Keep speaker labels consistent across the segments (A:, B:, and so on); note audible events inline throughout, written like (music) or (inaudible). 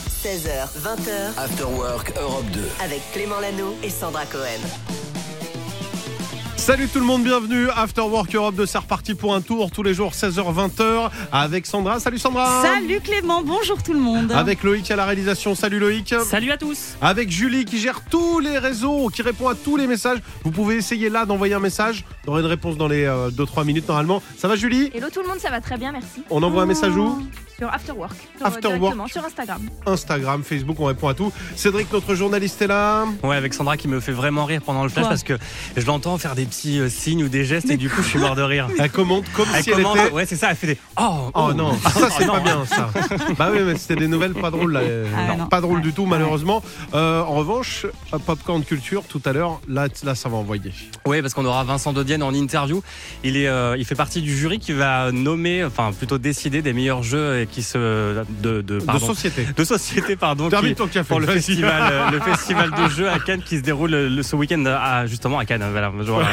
A: 16h, 20h,
B: After Work Europe 2.
A: avec Clément Lano et Sandra Cohen.
C: Salut tout le monde, bienvenue. After Work Europe 2, c'est reparti pour un tour tous les jours 16h-20h avec Sandra. Salut Sandra
D: Salut Clément, bonjour tout le monde.
C: Avec Loïc à la réalisation. Salut Loïc
E: Salut à tous
C: Avec Julie qui gère tous les réseaux, qui répond à tous les messages. Vous pouvez essayer là d'envoyer un message. Vous aurez une réponse dans les 2-3 minutes normalement. Ça va Julie
F: Hello tout le monde, ça va très bien, merci.
C: On envoie un message où
F: Sur Afterwork. Sur, euh,
C: After
F: directement, sur Instagram.
C: Instagram, Facebook, on répond à tout. Cédric, notre journaliste est là.
E: Ouais, avec Sandra qui me fait vraiment rire pendant le flash
D: Quoi
E: parce que je l'entends faire des petits euh, signes ou des gestes et du coup je suis mort de rire.
C: Elle commente comme
E: Elle
C: si elle
E: commente,
C: était...
E: ouais, c'est ça, elle fait des Oh,
C: Oh
E: oh.
C: non, ça c'est pas bien ça. Bah oui, mais c'était des nouvelles pas drôles là. Euh,
D: Ah,
C: non,
D: non.
C: Pas drôles du tout
D: Ouais.
C: malheureusement. Euh, en revanche, à Popcorn Culture tout à l'heure, là, là ça va envoyer.
E: Ouais, parce qu'on aura Vincent Dodienne en interview. Il, est, euh, il fait partie du jury qui va nommer, enfin plutôt décider des meilleurs jeux et qui se. de, de,
C: De
E: pardon,
C: société.
E: de société, pardon.
C: Termine
E: Qui,
C: ton café.
E: pour le
C: vas-y.
E: festival, euh, le festival de jeux à Cannes qui se déroule euh, le- ce week-end à, justement à Cannes. hein, Voilà, voilà,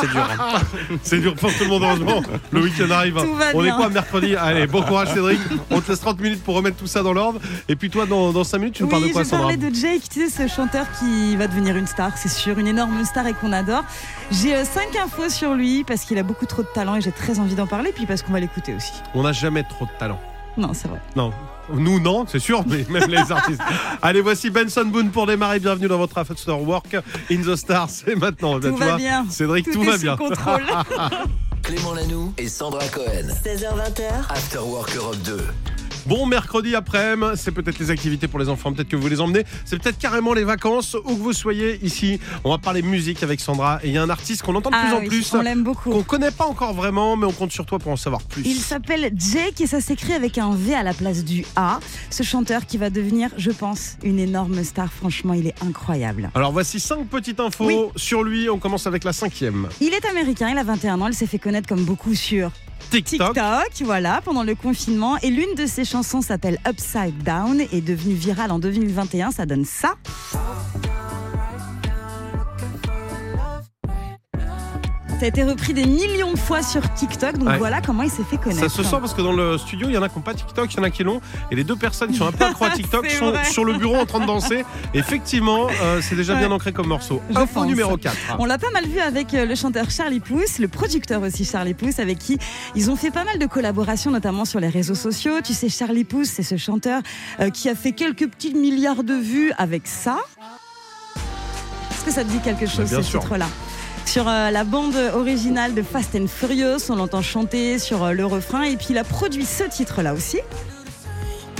E: c'est dur. hein.
C: C'est dur pour tout le monde heureusement. Le week-end arrive.
D: Tout va
C: On est
D: bien.
C: quoi mercredi Allez, bon courage Cédric. On te laisse 30 minutes pour remettre tout ça dans l'ordre. Et puis toi, dans, dans 5 minutes, tu nous parles
D: oui,
C: de quoi
D: je
C: Sandra
D: parlais de Jake, tu sais, ce chanteur qui va devenir une star, c'est sûr, une énorme star et qu'on adore. J'ai euh, cinq infos sur lui parce qu'il a beaucoup trop de talent et j'ai très envie d'en parler, puis parce qu'on va l'écouter aussi.
C: On n'a jamais trop de talent.
D: Non, c'est vrai.
C: Non. Nous, non, c'est sûr, mais même
D: (laughs)
C: les artistes. Allez, voici Benson Boone pour démarrer. Bienvenue dans votre After Work in the Stars. C'est maintenant. Bah,
D: Tout
C: tu
D: va
C: vois,
D: bien.
C: Cédric, tout,
D: est
C: va
D: sous
C: bien. (laughs)
D: contrôle. Ah
B: Clément Lanoux et Sandra Cohen.
A: 16h, 20h,
B: After Work Europe 2.
C: Bon mercredi après-midi, c'est peut-être les activités pour les enfants, peut-être que vous les emmenez, c'est peut-être carrément les vacances, où que vous soyez ici. On va parler musique avec Sandra et il y a un artiste qu'on entend de plus
D: Ah
C: en
D: oui,
C: plus,
D: on l'aime beaucoup.
C: qu'on connaît pas encore vraiment, mais on compte sur toi pour en savoir plus.
D: Il s'appelle Jake et ça s'écrit avec un V à la place du A. Ce chanteur qui va devenir, je pense, une énorme star. Franchement, il est incroyable.
C: Alors voici cinq petites infos
D: Oui.
C: sur lui, on commence avec la cinquième.
D: Il est américain, il a 21 ans, il s'est fait connaître comme beaucoup sur
C: TikTok.
D: TikTok, voilà, pendant le confinement. Et l'une de ses chansons s'appelle Upside Down et est devenue virale en 2021. Ça donne ça. Ça a été repris des millions de fois sur TikTok, donc
C: Ouais.
D: voilà comment il s'est fait connaître.
C: Ça se sent parce que dans le studio, il y en a qui n'ont pas TikTok, il y en a qui l'ont. Et les deux personnes qui sont un peu
D: (laughs)
C: accro à TikTok
D: C'est
C: sont
D: vrai.
C: sur le bureau en train de danser. Effectivement, euh, c'est déjà
D: Ouais.
C: bien ancré comme morceau.
D: Je
C: Info
D: pense.
C: numéro 4.
D: On l'a pas mal vu avec euh, le chanteur Charlie Pouce, le producteur aussi Charlie Pouce, avec qui ils ont fait pas mal de collaborations, notamment sur les réseaux sociaux. Tu sais, Charlie Pouce, c'est ce chanteur euh, qui a fait quelques petits milliards de vues avec ça. Est-ce que ça te dit quelque chose,
C: Bah, bien
D: ce
C: sûr.
D: titre-là sur euh, la bande originale de Fast and Furious, on l'entend chanter sur euh, le refrain et puis il a produit ce titre-là aussi.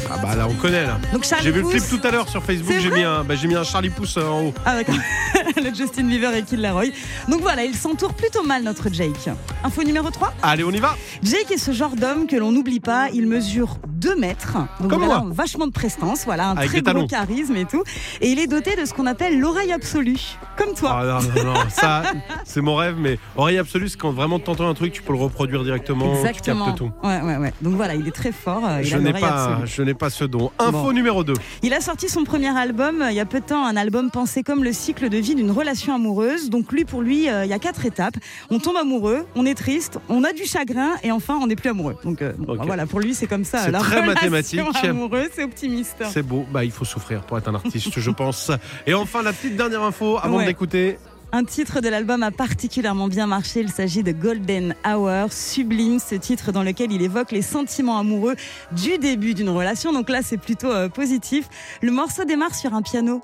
C: Ah bah là, on connaît là.
D: Donc Charlie
C: J'ai vu le
D: Pouce-
C: clip tout à l'heure sur Facebook,
D: C'est
C: j'ai mis, un, bah, j'ai mis un Charlie Pouce euh, en haut.
D: Ah d'accord. (laughs) le Justin Bieber et Kid Laroi. Donc voilà, il s'entoure plutôt mal notre Jake. Info numéro 3
C: Allez, on y va
D: Jake est ce genre d'homme que l'on n'oublie pas. Il mesure 2 mètres. Donc
C: Comme
D: voilà,
C: moi.
D: vachement de prestance, voilà, un
C: Avec
D: très
C: des talons.
D: gros charisme et tout. Et il est doté de ce qu'on appelle l'oreille absolue. Comme toi.
C: Ah, non, non, non, ça, c'est mon rêve, mais oreille absolue, c'est quand vraiment t'entends un truc, tu peux le reproduire directement, tu
D: Exactement.
C: captes tout.
D: Ouais, ouais, ouais. Donc voilà, il est très fort. euh, Il
C: Je
D: a
C: n'ai,
D: l'oreille
C: pas,
D: absolue.
C: je n'ai pas ce don. Info
D: Bon.
C: numéro 2.
D: Il a sorti son premier album euh, il y a peu de temps, un album pensé comme le cycle de vie d'une relation amoureuse. Donc lui, pour lui, euh, il y a quatre étapes. On tombe amoureux, on est triste, on a du chagrin et enfin on n'est plus amoureux. Donc euh, bon,
C: Ok.
D: bah, voilà, pour lui, c'est comme ça.
C: C'est
D: la
C: très
D: relation
C: mathématique.
D: amoureuse, c'est optimiste.
C: C'est beau, bah, il faut souffrir pour être un artiste, je pense. Et enfin, la petite dernière info avant
D: Ouais.
C: d'écouter.
D: Un titre de l'album a particulièrement bien marché, il s'agit de Golden Hour, sublime, ce titre dans lequel il évoque les sentiments amoureux du début d'une relation, donc là c'est plutôt euh, positif. Le morceau démarre sur un piano.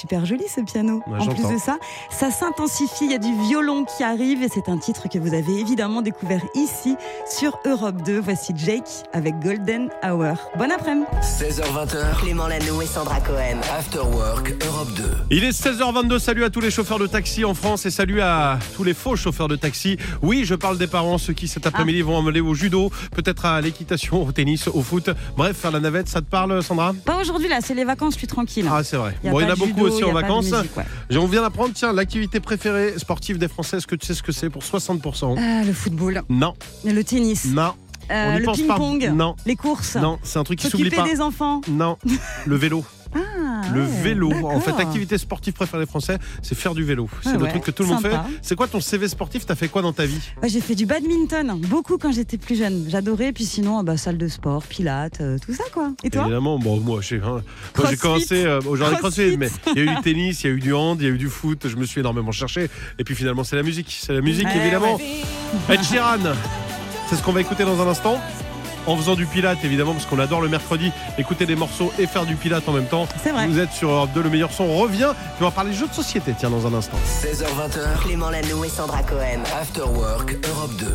D: Super joli ce piano.
C: Ouais,
D: en
C: j'entends.
D: plus de ça, ça s'intensifie, il y a du violon qui arrive et c'est un titre que vous avez évidemment découvert ici sur Europe 2. Voici Jake avec Golden Hour. Bon après-midi.
B: 16h20.
A: Clément Lano et Sandra Cohen.
B: After Work Europe 2.
C: Il est 16h22, salut à tous les chauffeurs de taxi en France et salut à tous les faux chauffeurs de taxi. Oui, je parle des parents, ceux qui cet
D: Ah.
C: après-midi vont aller au judo, peut-être à l'équitation, au tennis, au foot. Bref, faire la navette, ça te parle Sandra
D: Pas aujourd'hui là, c'est les vacances, je suis tranquille.
C: Ah, c'est vrai.
D: y a
C: bon, il
D: pas
C: y en a
D: de
C: beaucoup
D: judo,
C: aussi
D: y a
C: en
D: pas de
C: vacances.
D: musique, ouais.
C: On vient d'apprendre, tiens, l'activité préférée sportive des Français, est-ce que tu sais ce que c'est pour 60%
D: Ah, le football,
C: Non,
D: le tennis.
C: non,
D: Euh,
C: On y
D: le
C: pense pas.
D: ping-pong,
C: Non.
D: les courses,
C: non, c'est un truc qui s'oublie
D: s'occuper
C: pas.
D: (laughs) des enfants.
C: Non, le vélo.
D: Ah,
C: le
D: ouais,
C: vélo. En fait,
D: d'accord.
C: activité sportive préférée des Français, c'est faire du vélo. C'est
D: Ouais,
C: le
D: ouais,
C: truc que tout le monde fait.
D: sympa.
C: C'est quoi ton CV sportif T'as fait quoi dans ta vie
D: Ouais, j'ai fait du badminton, hein, beaucoup quand j'étais plus jeune. J'adorais, puis sinon, ah bah, salle de sport, pilates, euh, tout ça quoi. Et toi
C: Évidemment, bon, moi j'ai hein, moi, j'ai
D: Crossfit.
C: commencé euh, aujourd'hui crossfit,
D: Crossfit.
C: mais il y a eu du tennis, il y a eu du hand, il y a eu du foot, je me suis énormément cherché. Et puis finalement, c'est la musique, c'est la musique
D: Eh
C: évidemment. Ed Sheeran, c'est ce qu'on va écouter dans un instant. En faisant du pilate, évidemment, parce qu'on adore le mercredi, écouter des morceaux et faire du pilate en même temps.
D: C'est vrai.
C: Vous êtes sur Europe 2, le meilleur son revient. Puis on va parler de jeux de société, tiens, dans un instant.
B: 16h20h,
A: Clément Lanoux et Sandra Cohen.
B: After Work Europe 2.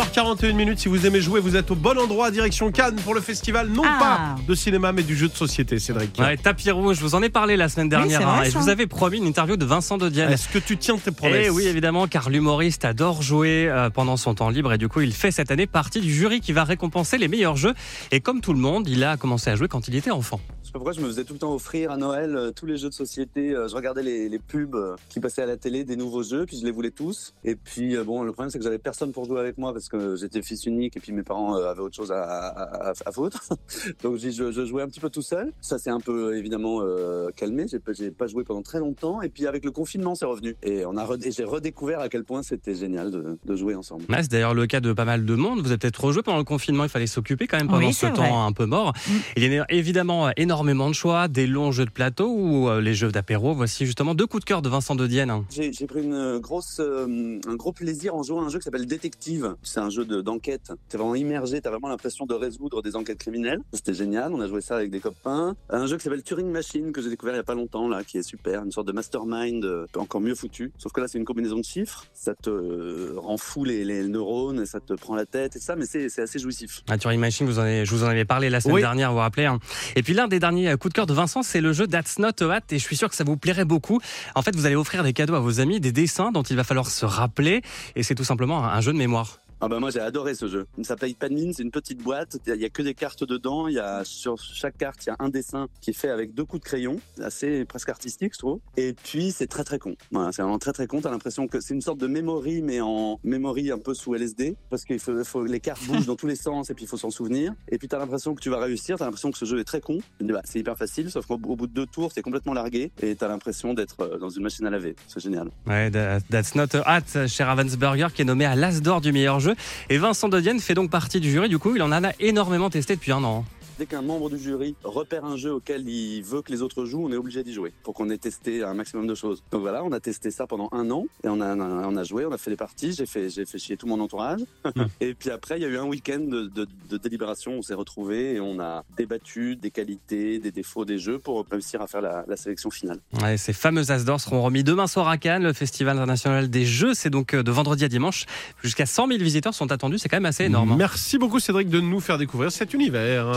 C: 16h41 minutes, si vous aimez jouer, vous êtes au bon endroit, direction Cannes, pour le festival, non
D: Ah.
C: pas de cinéma, mais du jeu de société, Cédric.
E: Ouais, tapis rouge, je vous en ai parlé la semaine dernière.
D: c'est vrai,
E: hein, et je
D: ça.
E: vous avais promis une interview de Vincent Dodienne.
C: Est-ce que tu tiens tes promesses
E: Eh oui, évidemment, car l'humoriste adore jouer euh, pendant son temps libre et du coup, il fait cette année partie du jury qui va récompenser les meilleurs jeux. Et comme tout le monde, il a commencé à jouer quand il était enfant.
G: Je sais pas pourquoi je me faisais tout le temps offrir à Noël euh, tous les jeux de société. Euh, je regardais les, les pubs euh, qui passaient à la télé des nouveaux jeux, puis je les voulais tous. Et puis euh, bon, le problème c'est que j'avais personne pour jouer avec moi parce que j'étais fils unique et puis mes parents euh, avaient autre chose à, à, à- à foutre. (laughs) Donc j'y- je, je jouais un petit peu tout seul. Ça s'est un peu évidemment euh, calmé. J'ai pas- j'ai pas joué pendant très longtemps. Et puis avec le confinement, c'est revenu. Et on a re- et j'ai redécouvert à quel point c'était génial de, de jouer ensemble.
E: Ouais, c'est d'ailleurs le cas de pas mal de monde. Vous avez peut-être rejoué pendant le confinement, il fallait s'occuper quand même pendant
D: Oui,
E: ce
D: c'est vrai. Mm.
E: temps un peu mort. Il y a évidemment euh, énormément de choix, des longs jeux de plateau ou euh, les jeux d'apéro. Voici justement deux coups de cœur de Vincent Dodienne. hein.
G: J'ai j'ai pris une grosse, euh, un gros plaisir en jouant à un jeu qui s'appelle Détective. C'est un jeu de- d'enquête. T'es vraiment immergé, t'as vraiment l'impression de résoudre des enquêtes criminelles. C'était génial, on a joué ça avec des copains. Un jeu qui s'appelle Turing Machine que j'ai découvert il y a pas longtemps là, qui est super, une sorte de mastermind euh, encore mieux foutu. Sauf que là c'est une combinaison de chiffres, ça te euh, rend fou les, les neurones, et ça te prend la tête et ça, mais c'est c'est assez jouissif.
E: Ah, Turing Machine, vous en avez- je vous en avais parlé la semaine
C: Oui.
E: dernière, vous vous rappelez. hein. Et puis l'un des derniers euh, coups de cœur de Vincent, c'est le jeu That's Not a Hat, et je suis sûr que ça vous plairait beaucoup. En fait, vous allez offrir des cadeaux à vos amis, des dessins dont il va falloir se rappeler, et c'est tout simplement un- un jeu de mémoire.
G: Ah bah moi j'ai adoré ce jeu. Ça paye pas de mine, c'est une petite boîte, il y a que des cartes dedans, il y a sur chaque carte, il y a un dessin qui est fait avec deux coups de crayon, assez presque artistique je trouve. Et puis c'est très très con. Voilà, c'est vraiment très très con, t'as l'impression que c'est une sorte de memory mais en memory un peu sous LSD parce qu'il faut, faut- les cartes bougent dans tous les sens et puis il faut s'en souvenir et puis t'as l'impression que tu vas réussir, t'as l'impression que ce jeu est très con. Mais bah, c'est hyper facile sauf qu'au au bout de deux tours, t'es complètement largué et t'as l'impression d'être euh, dans une machine à laver. C'est génial.
E: Ouais, tha- That's Not a Hat, cher Ravensburger, qui est nommé à l'As d'or du meilleur jeu. Et Vincent Dodienne fait donc partie du jury, du coup, il en a énormément testé depuis un an. hein.
G: Dès qu'un membre du jury repère un jeu auquel il veut que les autres jouent, on est obligé d'y jouer pour qu'on ait testé un maximum de choses. Donc voilà, on a testé ça pendant un an et on a, on a- on a joué, on a fait des parties, j'ai fait, j'ai fait chier tout mon entourage. (laughs) et puis après, il y a eu un week-end de, de- de délibération, on s'est retrouvés et on a débattu des qualités, des défauts des jeux pour réussir à faire la- la sélection finale.
E: Ouais, ces fameux As d'or seront remis demain soir à Cannes, le Festival international des jeux. C'est donc euh, de vendredi à dimanche. Jusqu'à 100 000 visiteurs sont attendus, c'est quand même assez énorme. hein.
C: Merci beaucoup Cédric de nous faire découvrir cet univers.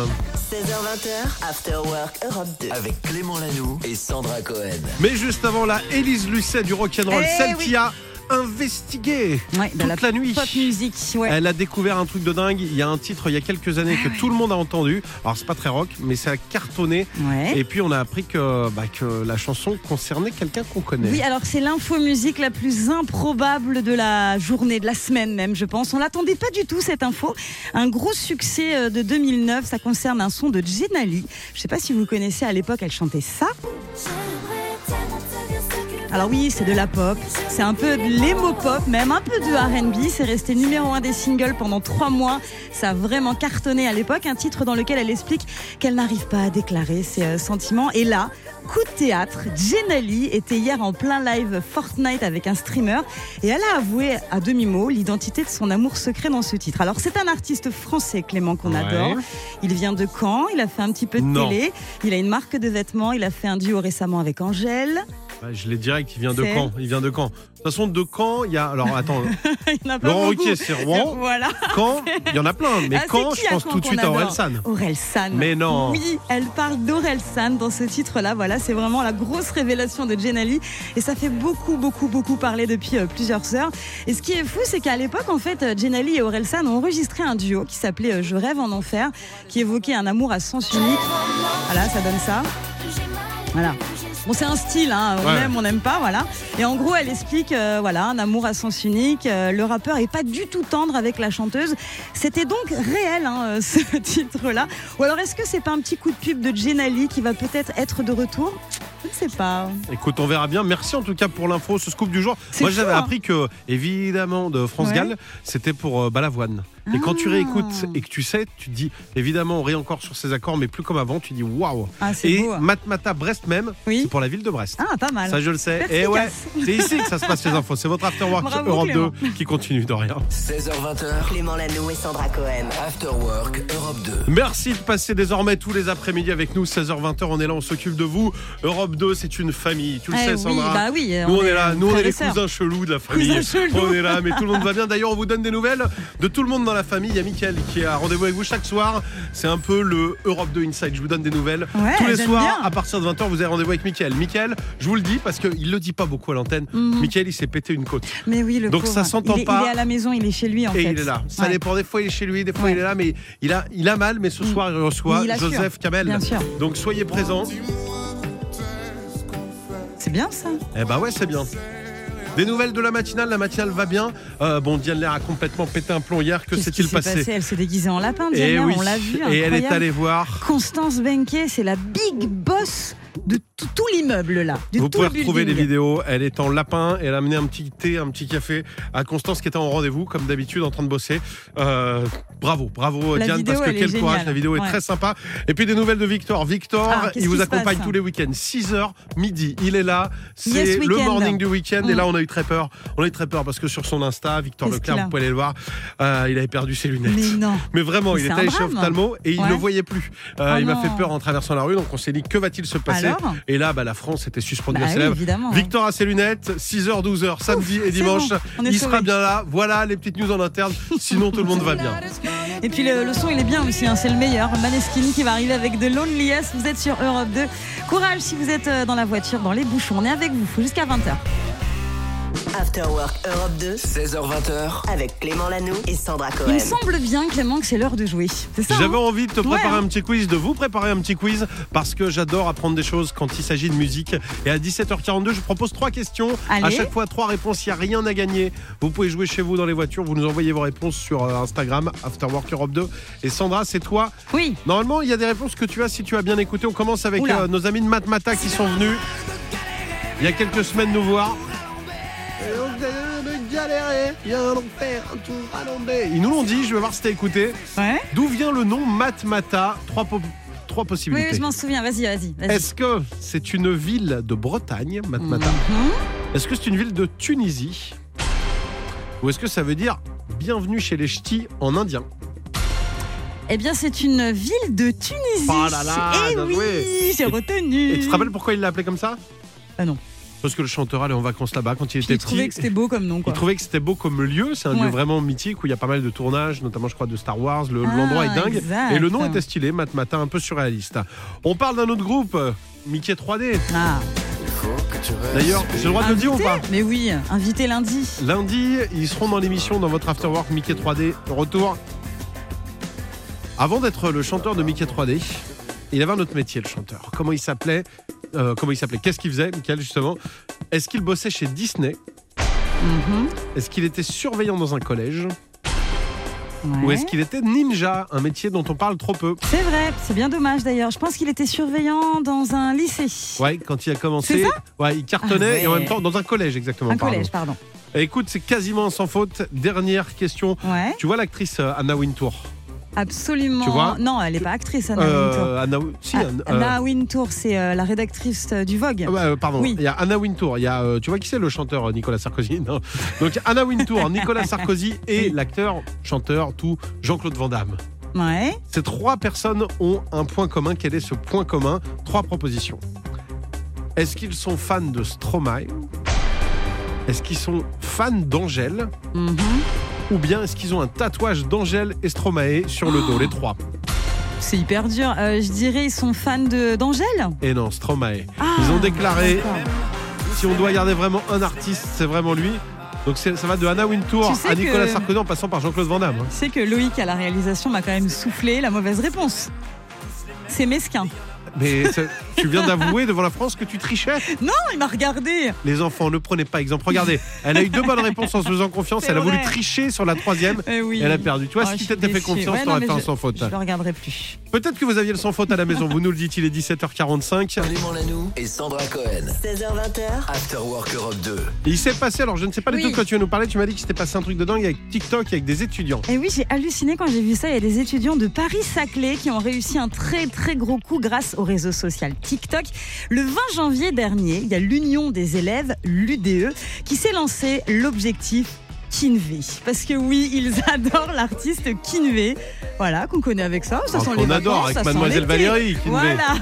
A: 16h20, After Work Europe 2.
B: Avec Clément Lanoux et Sandra Cohen.
C: Mais juste avant là, Élise Lucet du rock'n'roll,
D: Eh
C: celle
D: oui.
C: qui a investigué
D: Ouais, bah,
C: toute la,
D: la
C: nuit.
D: pop musique, ouais. Ah
C: Elle a découvert un truc de dingue. Il y a un titre il y a quelques années que tout le monde a entendu. Alors c'est pas très rock, mais ça a cartonné.
D: ouais.
C: Eh, Et puis on a appris que, bah, que la chanson concernait quelqu'un qu'on connaît.
D: Oui, alors c'est l'info musique la plus improbable de la journée, de la semaine même, je pense. On l'attendait pas du tout cette info. Un gros succès euh, de 2009, ça concerne un son de Jenna Lee. Je sais pas si vous connaissez à l'époque, elle chantait ça. Alors oui, c'est de la pop, c'est un peu de l'émo-pop, même un peu de R&B. C'est resté numéro un des singles pendant trois mois. Ça a vraiment cartonné à l'époque. Un titre dans lequel elle explique qu'elle n'arrive pas à déclarer ses euh, sentiments. Et là, coup de théâtre, Jenna Lee était hier en plein live Fortnite avec un streamer et elle a avoué à demi-mot l'identité de son amour secret dans ce titre. Alors c'est un artiste français, Clément, qu'on
C: Ouais.
D: adore. Il vient de Caen, il a fait un petit peu de
C: Non.
D: télé, il a une marque de vêtements, il a fait un duo récemment avec Angèle. (laughs)
C: Ouais, je l'ai direct, il vient de
D: C'est
C: Caen. Il vient de Caen. De toute façon, de Caen, il y a. Alors
D: (laughs)
C: attends,
D: Il y en a pas
C: Laurent
D: beaucoup.
C: Ruquier, c'est Rouen.
D: Voilà.
C: Caen, il y en a plein. Mais
D: Ah, c'est
C: Caen,
D: qui
C: je
D: à
C: pense
D: Caen
C: tout de
D: qu'on
C: suite à
D: adore
C: Orelsan.
D: Aurel San.
C: Mais non.
D: Oui, elle parle d'Aurel San dans ce titre-là. Voilà, c'est vraiment la grosse révélation de Jenna Lee. Et ça fait beaucoup, beaucoup, beaucoup parler depuis euh, plusieurs heures. Et ce qui est fou, c'est qu'à l'époque, en fait, euh, Jenna Lee et Aurel San ont enregistré un duo qui s'appelait euh, Je rêve en enfer, qui évoquait un amour à sens unique. Voilà, ça donne ça. Voilà. Bon, c'est un style, hein, on
C: Ouais.
D: aime, on n'aime pas, voilà. Et en gros, elle explique, euh, voilà, un amour à sens unique. euh, le rappeur est pas du tout tendre avec la chanteuse. C'était donc réel, hein, euh, (laughs) ce titre-là. Ou alors, est-ce que c'est pas un petit coup de pub de Jenali qui va peut-être être de retour Je ne sais pas.
C: Écoute, on verra bien. Merci en tout cas pour l'info, ce scoop du jour.
D: C'est
C: Moi,
D: fou,
C: j'avais
D: hein.
C: appris que, évidemment, de France
D: Ouais.
C: Gall, c'était pour euh, Balavoine. Et quand tu
D: Ah.
C: réécoutes et que tu sais, tu te dis, évidemment, on rit encore sur ces accords, mais plus comme avant, tu dis waouh.
D: Ah, c'est
C: Et
D: beau. hein.
C: Matmata Brest même,
D: Oui.
C: c'est pour la ville de Brest.
D: Ah, pas mal.
C: Ça, je le sais.
D: Peut-être
C: Et ouais,
D: efficace.
C: c'est ici que ça se passe les infos. C'est votre After Work
D: Bravo,
C: Europe
D: Clément.
C: 2 qui continue de rien.
B: 16h20h,
A: Clément Lano et Sandra Cohen.
B: After Work Europe 2.
C: Merci de passer désormais tous les après-midi avec nous. 16h20h, on est là, on s'occupe de vous. Europe 2, c'est une famille. Tu le
D: Eh
C: sais,
D: oui,
C: Sandra.
D: bah oui, euh,
C: Nous on est là,
D: euh,
C: nous on
D: frères
C: est
D: et
C: les
D: sœurs.
C: cousins chelous de la famille.
D: Cousins chelous.
C: On est là, mais tout le monde va bien. D'ailleurs, on vous donne des nouvelles de tout le monde dans la famille. Il y a Mickaël qui est à rendez-vous avec vous chaque soir. C'est un peu le Europe 2 Inside. Je vous donne des nouvelles
D: Ouais,
C: tous les
D: j'aime
C: soirs
D: bien.
C: à partir de 20h. Vous avez rendez-vous avec Mickaël. Mickaël, je vous le dis parce qu'il le dit pas beaucoup à l'antenne.
D: Mhm.
C: Mickaël, il s'est pété une côte
D: Mais oui, le
C: Donc,
D: pauvre.
C: ça s'entend
D: Il est-
C: pas.
D: Il est à la maison, il est chez lui en
C: et
D: fait.
C: il est là. Ça
D: Ouais.
C: dépend. Des fois, il est chez lui, des fois,
D: Ouais. Mm.
C: il est là, mais il a, il a mal. Mais ce soir, il reçoit
D: Il assure.
C: Joseph Kamel.
D: Bien sûr.
C: Donc soyez présents.
D: C'est bien ça.
C: Eh bah ouais, c'est bien. Des nouvelles de la matinale, la matinale va bien. Euh, bon, Diane Lair a complètement pété un plomb hier. Que
D: Qu'est-ce qui
C: s'est-il
D: s'est
C: passé,
D: Elle s'est déguisée en lapin,
C: Eh
D: Diana,
C: oui.
D: on l'a vu.
C: Et elle est
D: incroyable.
C: allée voir.
D: Constance Benquet, c'est la big boss de tout, tout l'immeuble là. de
C: Vous
D: tout
C: pouvez
D: le
C: retrouver les
D: building.
C: vidéos. Elle est en lapin. Elle a amené un petit thé, un petit café à Constance qui était en rendez-vous, comme d'habitude, en train de bosser. Euh, bravo, bravo
D: La
C: Diane,
D: vidéo,
C: parce que
D: elle est
C: quel courage.
D: géniale.
C: La vidéo est
D: Ouais.
C: très sympa. Et puis des nouvelles de Victor. Victor,
D: Ah, qu'est-ce
C: il vous
D: qui se
C: accompagne
D: passe
C: tous les week-ends, 6h, midi. Il est là. C'est
D: Yes
C: le
D: Weekend.
C: morning du week-end. Et
D: Mm.
C: là, on a eu très peur. On a eu très peur parce que sur son Insta, Victor
D: Qu'est-ce
C: Leclerc,
D: qu'il a
C: vous pouvez aller le voir, euh, il avait perdu ses lunettes.
D: Mais non.
C: Mais vraiment,
D: Mais
C: il
D: c'est
C: était
D: un
C: allé chez
D: drame.
C: Ophtalmo et il
D: Ouais.
C: ne voyait plus. Euh,
D: Oh
C: il m'a
D: non.
C: fait peur en traversant la rue, donc on s'est dit que va-t-il se passer
D: Alors
C: Et là, (laughs) bah, la France était suspendue
D: Bah
C: à ses
D: oui,
C: lèvres.
D: évidemment.
C: Victor à ses lunettes, 6h, 12h, samedi et
D: c'est
C: dimanche.
D: bon, on est
C: il sera
D: sauvés.
C: bien là. Voilà les petites news en interne. Sinon, tout le monde va bien.
D: Et puis le, le son, il est bien aussi, hein, c'est le meilleur. Maneskin qui va arriver avec de Loneliest. Vous êtes sur Europe 2. Courage si vous êtes euh, dans la voiture, dans les bouchons. On est avec vous jusqu'à 20h.
A: After Work Europe 2
B: 16h20h,
A: avec Clément Lano et Sandra
D: Il
A: Cohen.
D: me semble bien, Clément, que c'est l'heure de jouer. C'est ça
C: J'avais
D: hein
C: envie de te
D: Ouais,
C: préparer
D: hein.
C: un petit quiz, de vous préparer un petit quiz, parce que j'adore apprendre des choses quand il s'agit de musique. Et à 17h42, je propose trois questions. À
D: Allez.
C: chaque fois, trois réponses. Il n'y a rien à gagner. Vous pouvez jouer chez vous dans les voitures. Vous nous envoyez vos réponses sur euh, Instagram, Afterwork Europe 2. Et Sandra, c'est toi.
D: Oui.
C: Normalement, il y a des réponses que tu as si tu as bien écouté. On commence avec
D: Oula.
C: euh, nos amis de Matmata qui sont venus il y a quelques semaines nous voir. Ils nous l'ont dit, je vais voir si t'as écouté.
D: Ouais.
C: D'où vient le nom Matmata Trois, po- trois
D: Oui, oui,
C: possibilités.
D: je m'en souviens. Vas-y, vas-y. vas-y.
C: Est-ce que c'est une ville de Bretagne, Matmata
D: Mhm.
C: Est-ce que c'est une ville de Tunisie Ou est-ce que ça veut dire bienvenue chez les ch'tis en indien
D: Eh bien, c'est une ville de Tunisie.
C: Oh là là,
D: Eh
C: bien
D: oui,
C: joué.
D: j'ai
C: Et-
D: retenu.
C: Et tu te rappelles pourquoi il l'a appelé comme ça
D: Ah non.
C: Parce que le chanteur allait en vacances là-bas quand il
D: Puis
C: était
D: il trouvait
C: petit.
D: que c'était beau comme nom,
C: Il
D: quoi.
C: trouvait que c'était beau comme lieu, c'est un lieu
D: Ouais.
C: vraiment mythique où il y a pas mal de tournages, notamment je crois de Star Wars, Le-
D: Ah,
C: l'endroit est dingue.
D: exact.
C: Et le nom était stylé, Matmata, un peu surréaliste. On parle d'un autre groupe, euh, Mickey 3D.
D: Ah,
C: D'ailleurs, j'ai le droit de le dire ou pas
D: invité Mais oui, invité lundi.
C: Lundi, ils seront dans l'émission dans votre After Work Mickey 3D. Retour. Avant d'être le chanteur de Mickey 3D, il avait un autre métier, le chanteur. Comment il s'appelait Euh, Comment il s'appelait Qu'est-ce qu'il faisait, Michael, justement Est-ce qu'il bossait chez Disney
D: Mhm,
C: Est-ce qu'il était surveillant dans un collège
D: ouais.
C: Ou est-ce qu'il était ninja Un métier dont on parle trop peu.
D: C'est vrai, c'est bien dommage d'ailleurs. Je pense qu'il était surveillant dans un lycée.
C: Ouais, quand il a commencé,
D: C'est
C: ouais, il cartonnait
D: Ah ouais.
C: et en même temps dans un collège exactement.
D: Un
C: oh, pardon.
D: collège, pardon.
C: Écoute, c'est quasiment sans faute. Dernière question.
D: Ouais,
C: Tu vois l'actrice euh, Anna Wintour
D: absolument.
C: Tu vois
D: non, elle n'est pas actrice, Anna Wintour.
C: Euh, Anna, si, Anna-
D: Ah, Anna Wintour, c'est euh, la rédactrice euh, du Vogue.
C: Ah bah, euh, pardon,
D: Oui.
C: il y a Anna Wintour, il y a, euh, tu vois qui c'est le chanteur euh, Nicolas Sarkozy
D: (laughs)
C: non Donc Anna Wintour, Nicolas Sarkozy et l'acteur, chanteur, tout Jean-Claude Van Damme.
D: Ouais.
C: Ces trois personnes ont un point commun. Quel est ce point commun Trois propositions. Est-ce qu'ils sont fans de Stromae Est-ce qu'ils sont fans d'Angèle
D: mhm.
C: Ou bien est-ce qu'ils ont un tatouage d'Angèle et Stromae sur le
D: (gasps)
C: dos Les trois.
D: C'est hyper dur. Euh, je dirais, ils sont fans de- d'Angèle.
C: Et non, Stromae.
D: Ah,
C: Ils ont déclaré
D: d'accord.
C: si on doit garder vraiment un artiste, c'est vraiment lui. Donc c'est- ça va de Anna Wintour
D: Tu sais
C: à Nicolas
D: que-
C: Sarkozy en passant par Jean-Claude Van Damme. hein.
D: C'est que Loïc à la réalisation m'a quand même soufflé la mauvaise réponse. C'est mesquin.
C: Mais c'est- Tu viens d'avouer devant la France que tu trichais.
D: Oh, il m'a regardé.
C: Les enfants, ne prenez pas exemple. Regardez, elle a eu deux bonnes réponses en se faisant confiance.
D: C'est
C: Elle a voulu
D: vrai.
C: tricher sur la troisième.
D: Eh oui.
C: Elle a perdu. Tu vois,
D: Ah,
C: si
D: je
C: tu t'étais
D: suis
C: fait
D: déçue.
C: confiance,
D: Ouais,
C: t'aurais
D: non,
C: fait un
D: mais
C: sans faute.
D: Je le regarderai plus.
C: Peut-être que vous aviez le sans faute à la maison. Vous nous le dites, il est 17h45.
B: Clément Lanoux et Sandra Cohen.
A: 16h20h,
B: After Work Europe 2.
C: Il s'est passé, alors je ne sais pas du
D: Oui.
C: tout de quoi tu vas nous parler, tu m'as dit qu'il s'était passé un truc dedans, il y a TikTok avec des étudiants.
D: Et Eh oui, j'ai halluciné quand j'ai vu ça. Il y a des étudiants de Paris-Saclay qui ont réussi un très très gros coup grâce au réseau social TikTok. Le 20 janvier dernier, il y a l'Union des élèves, l'UDE, qui s'est lancé l'objectif Kinvé. Parce que oui, ils (laughs) adorent l'artiste Kinvé. Voilà, qu'on connaît avec ça. Ça
C: Alors
D: sent
C: qu'on
D: les
C: adore
D: vacances,
C: avec
D: ça sent
C: Mademoiselle
D: l'été.
C: Valérie, Kinvé.
D: Voilà,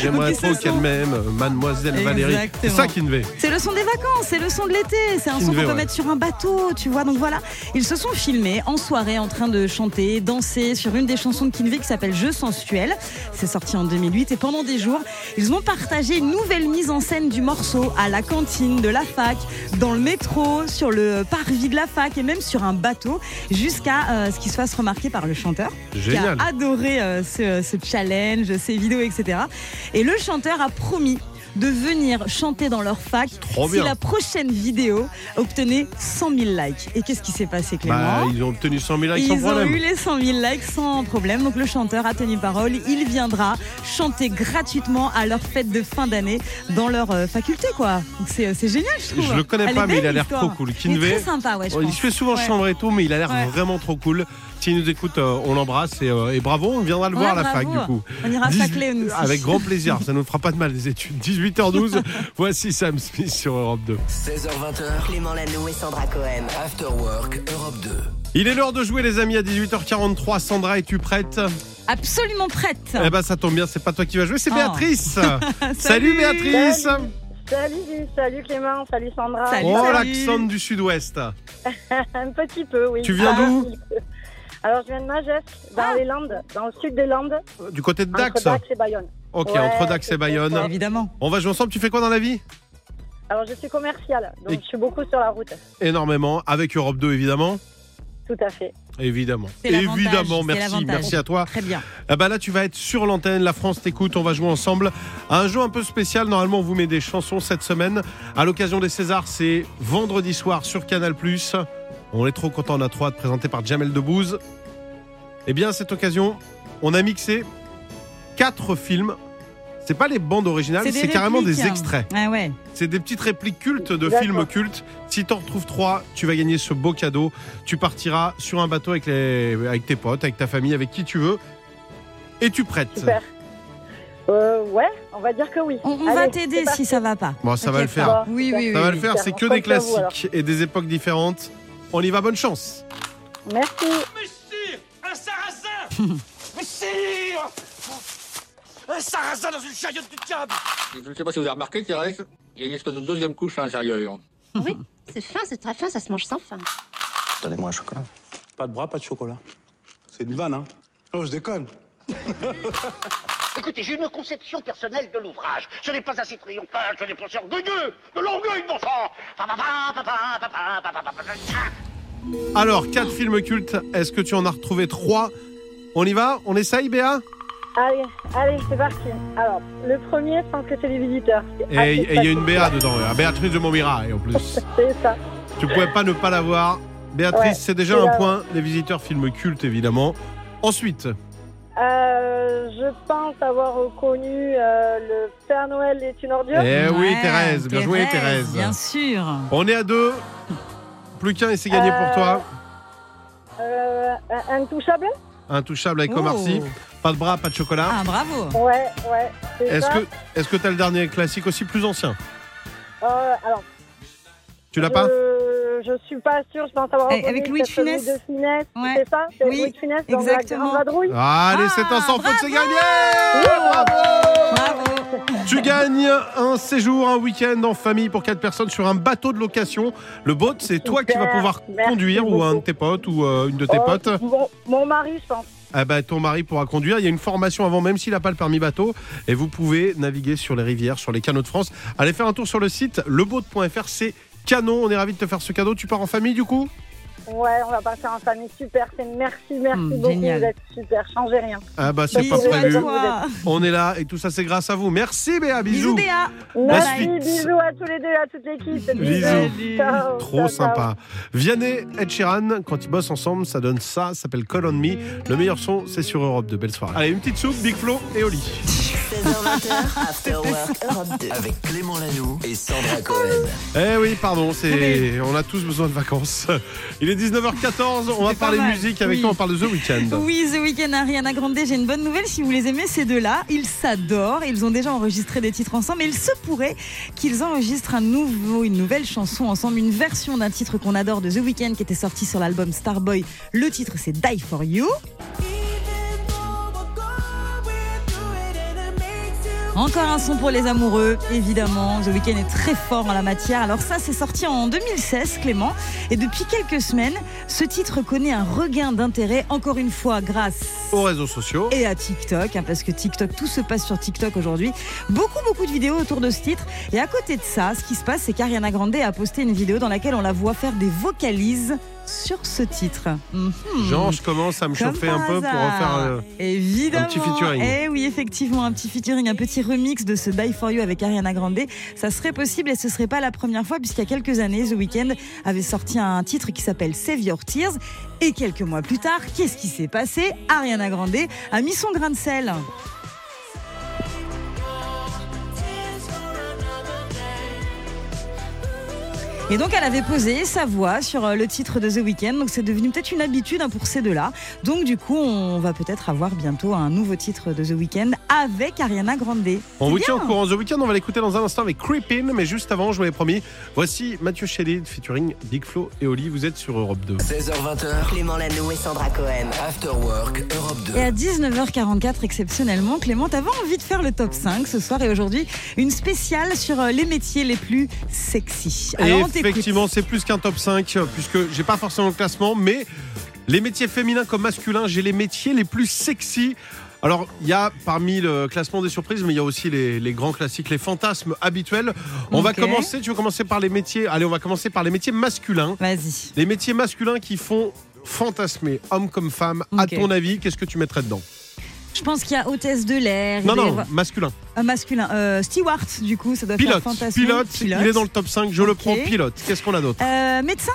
C: J'aimerais
D: Ok,
C: trop
D: ça
C: qu'elle
D: sent-
C: m'aime, euh, mademoiselle Valérie. C'est
D: Exactement.
C: ça qui ne va.
D: c'est le son des vacances, c'est le son de l'été, c'est un son qu'on
C: Kinvé,
D: peut
C: ouais.
D: mettre sur un bateau, tu vois. Donc voilà, ils se sont filmés en soirée en train de chanter, danser sur une des chansons de Kinvé qui s'appelle Jeu sensuel. C'est sorti en 2008 et pendant des jours, ils ont partagé une nouvelle mise en scène du morceau à la cantine de la fac, dans le métro, sur le parvis de la fac et même sur un bateau, jusqu'à euh, ce qu'il se fasse remarquer par le chanteur
C: Génial.
D: qui a adoré euh, ce, ce challenge, ces vidéos, etc. Et le chanteur a promis de venir chanter dans leur fac
C: Trop
D: si
C: bien.
D: la prochaine vidéo obtenait 100 000 likes. Et qu'est-ce qui s'est passé,
C: Bah,
D: Clément
C: ils ont obtenu 100 000 likes sans
D: ah, ils ont
C: problème.
D: eu les 100 000 likes sans problème, donc le chanteur a tenu parole, il viendra chanter gratuitement à leur fête de fin d'année dans leur euh, faculté quoi. Donc C'est euh, c'est génial je trouve.
C: Je le connais
D: Elle
C: pas,
D: est
C: mais il
D: belle,
C: a l'air
D: l'histoire.
C: trop cool.
D: Il est
C: Kinvé,
D: très sympa ouais je
C: il
D: pense.
C: se fait souvent
D: Ouais.
C: chambrer et tout, mais il a l'air
D: Ouais.
C: vraiment trop cool. S'il nous écoute, euh, on l'embrasse et, euh, et bravo, on viendra le
D: Ouais,
C: voir à la
D: bravo.
C: fac du coup.
D: On ira à
C: 18
D: Saclay nous aussi.
C: Avec grand plaisir, ça ne nous fera pas de mal les études.
D: (laughs)
C: 18h12, voici Sam Smith sur Europe 2.
B: 16h20h.
A: Clément Lanoux et Sandra Cohen.
B: After Work Europe 2.
C: Il est l'heure de jouer les amis à 18h43. Sandra, es-tu prête
D: Absolument prête.
C: Eh ben ça tombe bien, c'est pas toi qui vas jouer, c'est
D: Oh. (laughs)
C: Béatrice. Salut Béatrice.
H: Salut, salut Clément, salut Sandra.
D: Salut.
C: Oh l'accent du sud-ouest.
H: Un petit peu, oui.
C: Tu viens d'où
H: Alors je viens de Majesque, dans les Landes, dans le sud des Landes,
C: Du côté de
H: entre
C: Dax.
H: Dax et Bayonne.
C: Ok,
H: Ouais,
C: entre Dax
H: c'est
C: et Bayonne.
H: ça.
D: Évidemment.
C: On va jouer ensemble. Tu fais quoi dans la vie
H: Alors je suis commerciale, donc
C: Et-
H: je suis beaucoup sur la route.
C: Énormément, avec Europe 2 évidemment.
H: Tout à fait.
C: Évidemment.
D: C'est l'avantage,
C: Évidemment,
D: c'est
C: merci,
D: l'avantage.
C: merci à toi.
D: Très bien.
C: Ah bah là, tu vas être sur l'antenne, la France t'écoute, on va jouer ensemble à un jeu un peu spécial. Normalement, on vous met des chansons cette semaine. À l'occasion des Césars, c'est vendredi soir sur Canal+. On est trop content, on a trop hâte, présenté par Jamel Debbouze. Eh bien, à cette occasion, on a mixé quatre films. C'est pas les bandes originales, c'est carrément des
D: répliques.
C: extraits.
D: Ah ouais.
C: C'est des petites répliques cultes de
H: D'accord.
C: films cultes. Si t'en retrouves trois, tu vas gagner ce beau cadeau. Tu partiras sur un bateau avec, les, avec tes potes, avec ta famille, avec qui tu veux. Et tu prêtes.
H: Super. Euh, ouais, on va dire que oui.
D: On, on
H: Allez,
D: va
H: c'est
D: t'aider
H: parti.
D: si ça va pas.
C: Bon, ça va le
D: T'inquiète
C: faire.
D: pas. Oui, oui, oui.
C: Ça va le
D: oui.
C: faire, c'est que
H: Super.
C: des
H: Merci à vous,
C: classiques et des époques différentes. On y va, bonne chance.
H: Merci.
I: Un sarrasin Mais sire Un sarrasin dans une chariote du diable
J: Je ne sais pas si vous avez remarqué, Thérèse, il y a une espèce de deuxième couche à l'intérieur.
K: C'est fin, c'est très fin, ça se mange sans fin.
B: Donnez-moi un chocolat.
I: Pas de bras, pas de chocolat. C'est une vanne, hein Oh, je déconne.
K: Écoutez, j'ai une conception personnelle de l'ouvrage. Ce n'est pas un citron pâle, ce n'est pas un gueux, de l'orgueil, bon sang Pa, pa, pa, pa, pa, pa, pa, pa, pa, pa, pa, pa.
C: Alors, quatre films cultes, est-ce que tu en as retrouvé trois On y va On essaye, Béa
H: Allez, allez, c'est parti. Alors, le premier, je pense que c'est les visiteurs. Ah, C'est
C: Et et il y a une Béa
H: assez
C: dedans, euh, Béatrice de Montmira, et en
H: (laughs)
C: plus.
H: facile. (laughs) C'est ça.
C: Tu pouvais pas ne pas l'avoir. Béatrice,
H: Ouais,
C: c'est déjà
H: c'est
C: un
H: la-
C: point. Les visiteurs, film culte, évidemment. Ensuite,
H: Euh, je pense avoir reconnu euh, le Père Noël est une ordure.
C: eh oui,
D: Ouais,
C: Thérèse, bien joué, Thérèse.
D: Bien sûr.
C: On est à deux. Plus qu'un et c'est gagné pour
H: Euh,
C: toi.
H: Euh, intouchable
C: Intouchable avec
D: Oh.
C: Omar Sy. Pas de bras, pas de chocolat.
D: Ah, bravo.
H: Ouais, ouais. c'est
C: Est-ce
H: ça.
C: que est-ce que t'as le dernier classique aussi plus ancien
H: Euh, alors,
C: Tu l'as
H: Euh.
C: pas
H: je, je suis pas sûre, je pense avoir
D: Eh,
H: entendu
D: avec Louis de
H: cette Louis
D: Funès.
H: de Funès,
D: Ouais.
H: c'est ça C'est
D: Oui,
H: Louis de Funès dans
D: exactement.
H: la grande vadrouille
C: Euh, Allez, c'est un
D: Ah,
C: sans faute, c'est
D: bravo
C: gagné
D: Bravo.
C: Tu gagnes un séjour, un week-end en famille pour quatre personnes sur un bateau de location. Le boat, c'est toi qui vas pouvoir
H: Merci
C: conduire ou un de
H: beaucoup.
C: tes potes ou euh, une de tes
H: Oh,
C: potes.
H: mon, mon mari, je pense.
C: Ah bah, ton mari pourra conduire. Il y a une formation avant, même s'il n'a pas le permis bateau. Et vous pouvez naviguer sur les rivières, sur les canaux de France. Allez faire un tour sur le site lebaute.fr. C'est canon. On est ravis de te faire ce cadeau. Tu pars en famille du coup
H: Ouais, on va partir en famille. Super, c'est merci, merci
D: Hmm,
H: beaucoup.
D: génial.
H: Vous êtes super, changez rien.
C: Ah bah c'est
D: Bisous
C: pas
D: à
C: prévu.
D: toi.
C: On est là et tout ça c'est grâce à vous. Merci Béa, bisous.
D: Bisous Béa.
H: Merci,
C: suite.
H: bisous à tous les deux, à toute l'équipe.
C: Bisous.
H: Ciao,
C: Trop
H: ciao, ciao.
C: sympa. Vianney et Sheeran, quand ils bossent ensemble, ça donne ça, ça s'appelle Call on Me. Le meilleur son, c'est sur Europe de belle soirée. Allez, une petite soupe, Big Flo et Oli.
A: 16h20, After Work Europe 2.
B: Avec Clément Lanoux et Sandra Cohen.
C: Eh oui, pardon, c'est on a tous besoin de vacances. Il est 19h14, on va
D: C'est pas
C: parler
D: mal.
C: musique avec
D: Oui.
C: toi, on parle de The Weeknd.
D: Oui, The Weeknd, Ariana Grande, j'ai une bonne nouvelle. Si vous les aimez, ces deux-là, ils s'adorent. Ils ont déjà enregistré des titres ensemble. Et il se pourrait qu'ils enregistrent un nouveau, une nouvelle chanson ensemble, une version d'un titre qu'on adore de The Weeknd qui était sorti sur l'album Starboy. Le titre, c'est Die for You. Encore un son pour les amoureux, évidemment. The Weeknd est très fort en la matière. Alors ça, c'est sorti en 2016, Clément. Et depuis quelques semaines, ce titre connaît un regain d'intérêt, encore une fois grâce
C: Aux réseaux sociaux.
D: et à TikTok, hein, parce que TikTok, tout se passe sur TikTok aujourd'hui. Beaucoup, beaucoup de vidéos autour de ce titre. Et à côté de ça, ce qui se passe, c'est qu'Ariana Grande a posté une vidéo dans laquelle on la voit faire des vocalises sur ce titre. Mhm.
C: Jean, je commence à me
D: Comme
C: chauffer
D: par
C: un peu pour
D: hasard.
C: refaire euh,
D: Évidemment.
C: un petit featuring.
D: Eh oui, effectivement, un petit featuring, un petit remix de ce Die For You avec Ariana Grande. Ça serait possible et ce serait pas la première fois, puisqu'il y a quelques années, The Weeknd avait sorti un titre qui s'appelle Save Your Tears. Et quelques mois plus tard, qu'est-ce qui s'est passé Ariana Grande a mis son grain de sel. Et donc elle avait posé sa voix sur euh, le titre de The Weeknd, donc c'est devenu peut-être une habitude hein, pour ces deux-là. Donc du coup, on va peut-être avoir bientôt un nouveau titre de The Weeknd avec Ariana Grande.
C: On
D: C'est
C: vous
D: bien.
C: tient au courant The Weeknd, on va l'écouter dans un instant avec Creepin, mais juste avant, je vous l'ai promis, voici Mathieu Chédid featuring Big Flo et Oli, vous êtes sur Europe 2.
B: 16h20,
A: Clément Lanoux et Sandra Cohen.
B: After Work Europe 2.
D: Et à 19h44 exceptionnellement, Clément, t'avais envie de faire le top 5 ce soir et aujourd'hui, une spéciale sur euh, les métiers les plus sexy.
C: Et
D: Alors on t'écoute.
C: effectivement, c'est plus qu'un top 5, euh, puisque j'ai pas forcément le classement, mais les métiers féminins comme masculins, j'ai les métiers les plus sexy. Alors, il y a parmi le classement des surprises, mais il y a aussi les, les grands classiques, les fantasmes habituels. On va
D: Ok.
C: commencer, tu veux commencer par les métiers Allez, on va commencer par les métiers masculins.
D: Vas-y.
C: Les métiers masculins qui font fantasmer, hommes comme femmes, à
D: Ok.
C: ton avis, qu'est-ce que tu mettrais dedans
D: Je pense qu'il y a hôtesse de l'air. il
C: Non,
D: doit y
C: non,
D: avoir-
C: masculin.
D: Un masculin. Euh, Steward, du coup, ça doit faire
C: Pilote,
D: fantastique.
C: pilote, il est dans le top 5, je le
D: Ok.
C: prends, pilote. Qu'est-ce qu'on a d'autre
D: Euh, médecin,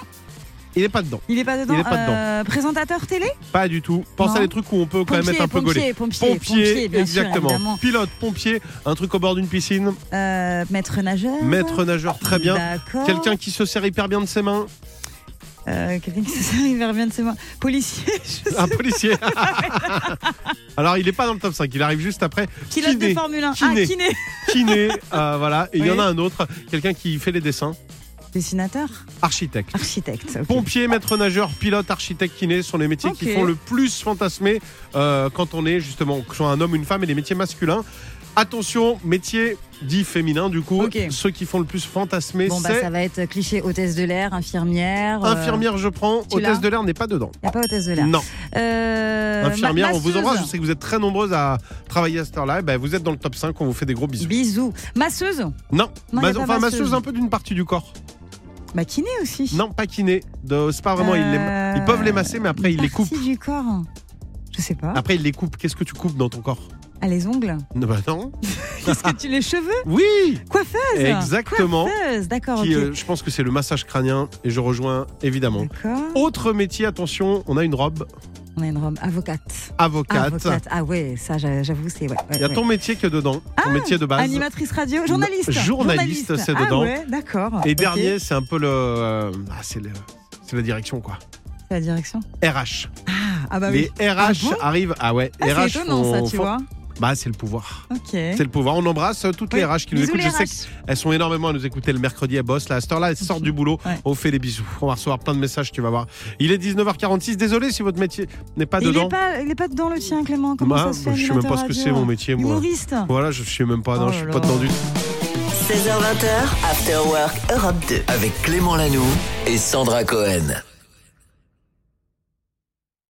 C: Il n'est pas dedans,
D: il est pas dedans.
C: Il est pas dedans.
D: Euh, présentateur télé
C: pas du tout. Pense
D: Non.
C: à des trucs où on peut quand même être un peu gaulé.
D: pompier, pompier, pompier, pompier, bien sûr,
C: exactement.
D: évidemment.
C: Pilote, pompier, un truc au bord d'une piscine,
D: Euh, maître nageur.
C: maître nageur, très bien.
D: D'accord.
C: Quelqu'un qui se sert hyper bien de ses
D: (laughs)
C: mains,
D: Euh, quelqu'un qui se sert hyper bien de ses mains. Policier. (laughs) je sais.
C: un policier. (laughs) Alors, il n'est pas dans le top 5, il arrive juste après.
D: Pilote
C: Kiné.
D: de Formule 1. Ah,
C: Kiné.
D: kiné.
C: Kiné, euh, voilà. Et il y en
D: Oui.
C: a un autre, quelqu'un qui fait les dessins,
D: Dessinateur.
C: architecte.
D: Architecte. ok.
C: Pompier, maître nageur, pilote, architecte, kiné sont les métiers qui
D: Ok.
C: font le plus fantasmer euh, quand on est justement, que ce soit un homme, une femme et les métiers masculins. Attention, métiers dits féminins du coup,
D: Ok.
C: ceux qui font le plus fantasmer,
D: Bon, bah,
C: c'est
D: ça va être cliché hôtesse de l'air, infirmière. euh,
C: infirmière, je prends,
D: tu l'as
C: hôtesse de l'air n'est pas dedans.
D: Il n'y a pas hôtesse de l'air.
C: Non,
D: Euh,
C: infirmière,
D: ma-
C: on vous embrasse, je
D: masseuse.
C: sais que vous êtes très nombreuses à travailler à cette heure-là, Eh ben, vous êtes dans le top 5, on vous fait des gros bisous.
D: Bisous. Masseuse.
C: Non, Mas-
D: Non, y a pas
C: enfin
D: masseuse.
C: masseuse un peu d'une partie du corps.
D: Bah, kiné aussi.
C: Non, pas kiné, De- c'est pas vraiment, ils, les-
D: Euh,
C: ils peuvent les masser mais après ils
D: Une
C: les Ah. coupent.
D: partie du corps. Je sais pas.
C: Après ils les coupent, qu'est-ce que tu coupes dans ton corps
D: À les ongles. (laughs)
C: Non, bah non.
D: Qu'est-ce que tu les cheveux
C: Oui
D: Coiffeuse.
C: Exactement.
D: Coiffeuse. D'accord.
C: Qui,
D: ok.
C: euh, je pense que c'est le massage crânien et je rejoins évidemment.
D: D'accord.
C: Autre métier, attention, on a une robe
D: On a une robe avocate.
C: avocate.
D: Avocate. Ah ouais, ça j'a- j'avoue c'est ouais. ouais,
C: Il y a
D: ouais. Ah,
C: ton métier qui est dedans, ton métier de base.
D: Animatrice radio, journaliste.
C: Journaliste, c'est
D: Ah
C: dedans.
D: ouais, d'accord.
C: Et
D: Ok.
C: dernier, c'est un peu le, euh, ah, c'est le- c'est la direction quoi.
D: C'est la direction.
C: RH.
D: Ah, ah bah oui.
C: Les RH
D: Ah bon
C: arrivent. Ah ouais.
D: Ah,
C: RH.
D: c'est étonnant ça,
C: font-
D: tu
C: font-
D: vois.
C: Bah c'est le pouvoir.
D: Ok.
C: C'est le pouvoir. On embrasse euh, toutes les
D: Oui.
C: RH qui nous
D: Bisous,
C: écoutent.
D: les
C: Je sais
D: RH.
C: qu'elles sont énormément à nous écouter le mercredi à bosse. Là, à cette heure-là, elles sortent du boulot.
D: Ouais.
C: On fait des bisous. On va recevoir plein de messages, tu vas voir. Il est 19h46. Désolé si votre métier n'est pas
D: Il
C: Ah, dedans.
D: est pas, il est pas dedans le tien, Clément. Comment
C: Bah,
D: ça se fait
C: bah, je sais même pas
D: animateur
C: ce que
D: radio hein
C: c'est mon métier, moi.
D: Humoriste.
C: Voilà, je sais même pas. Non,
D: Oh
C: je suis
D: là
C: pas
D: là.
C: dedans du tout.
A: 16h20, After Work Europe 2.
B: Avec Clément Lanoux et Sandra Cohen.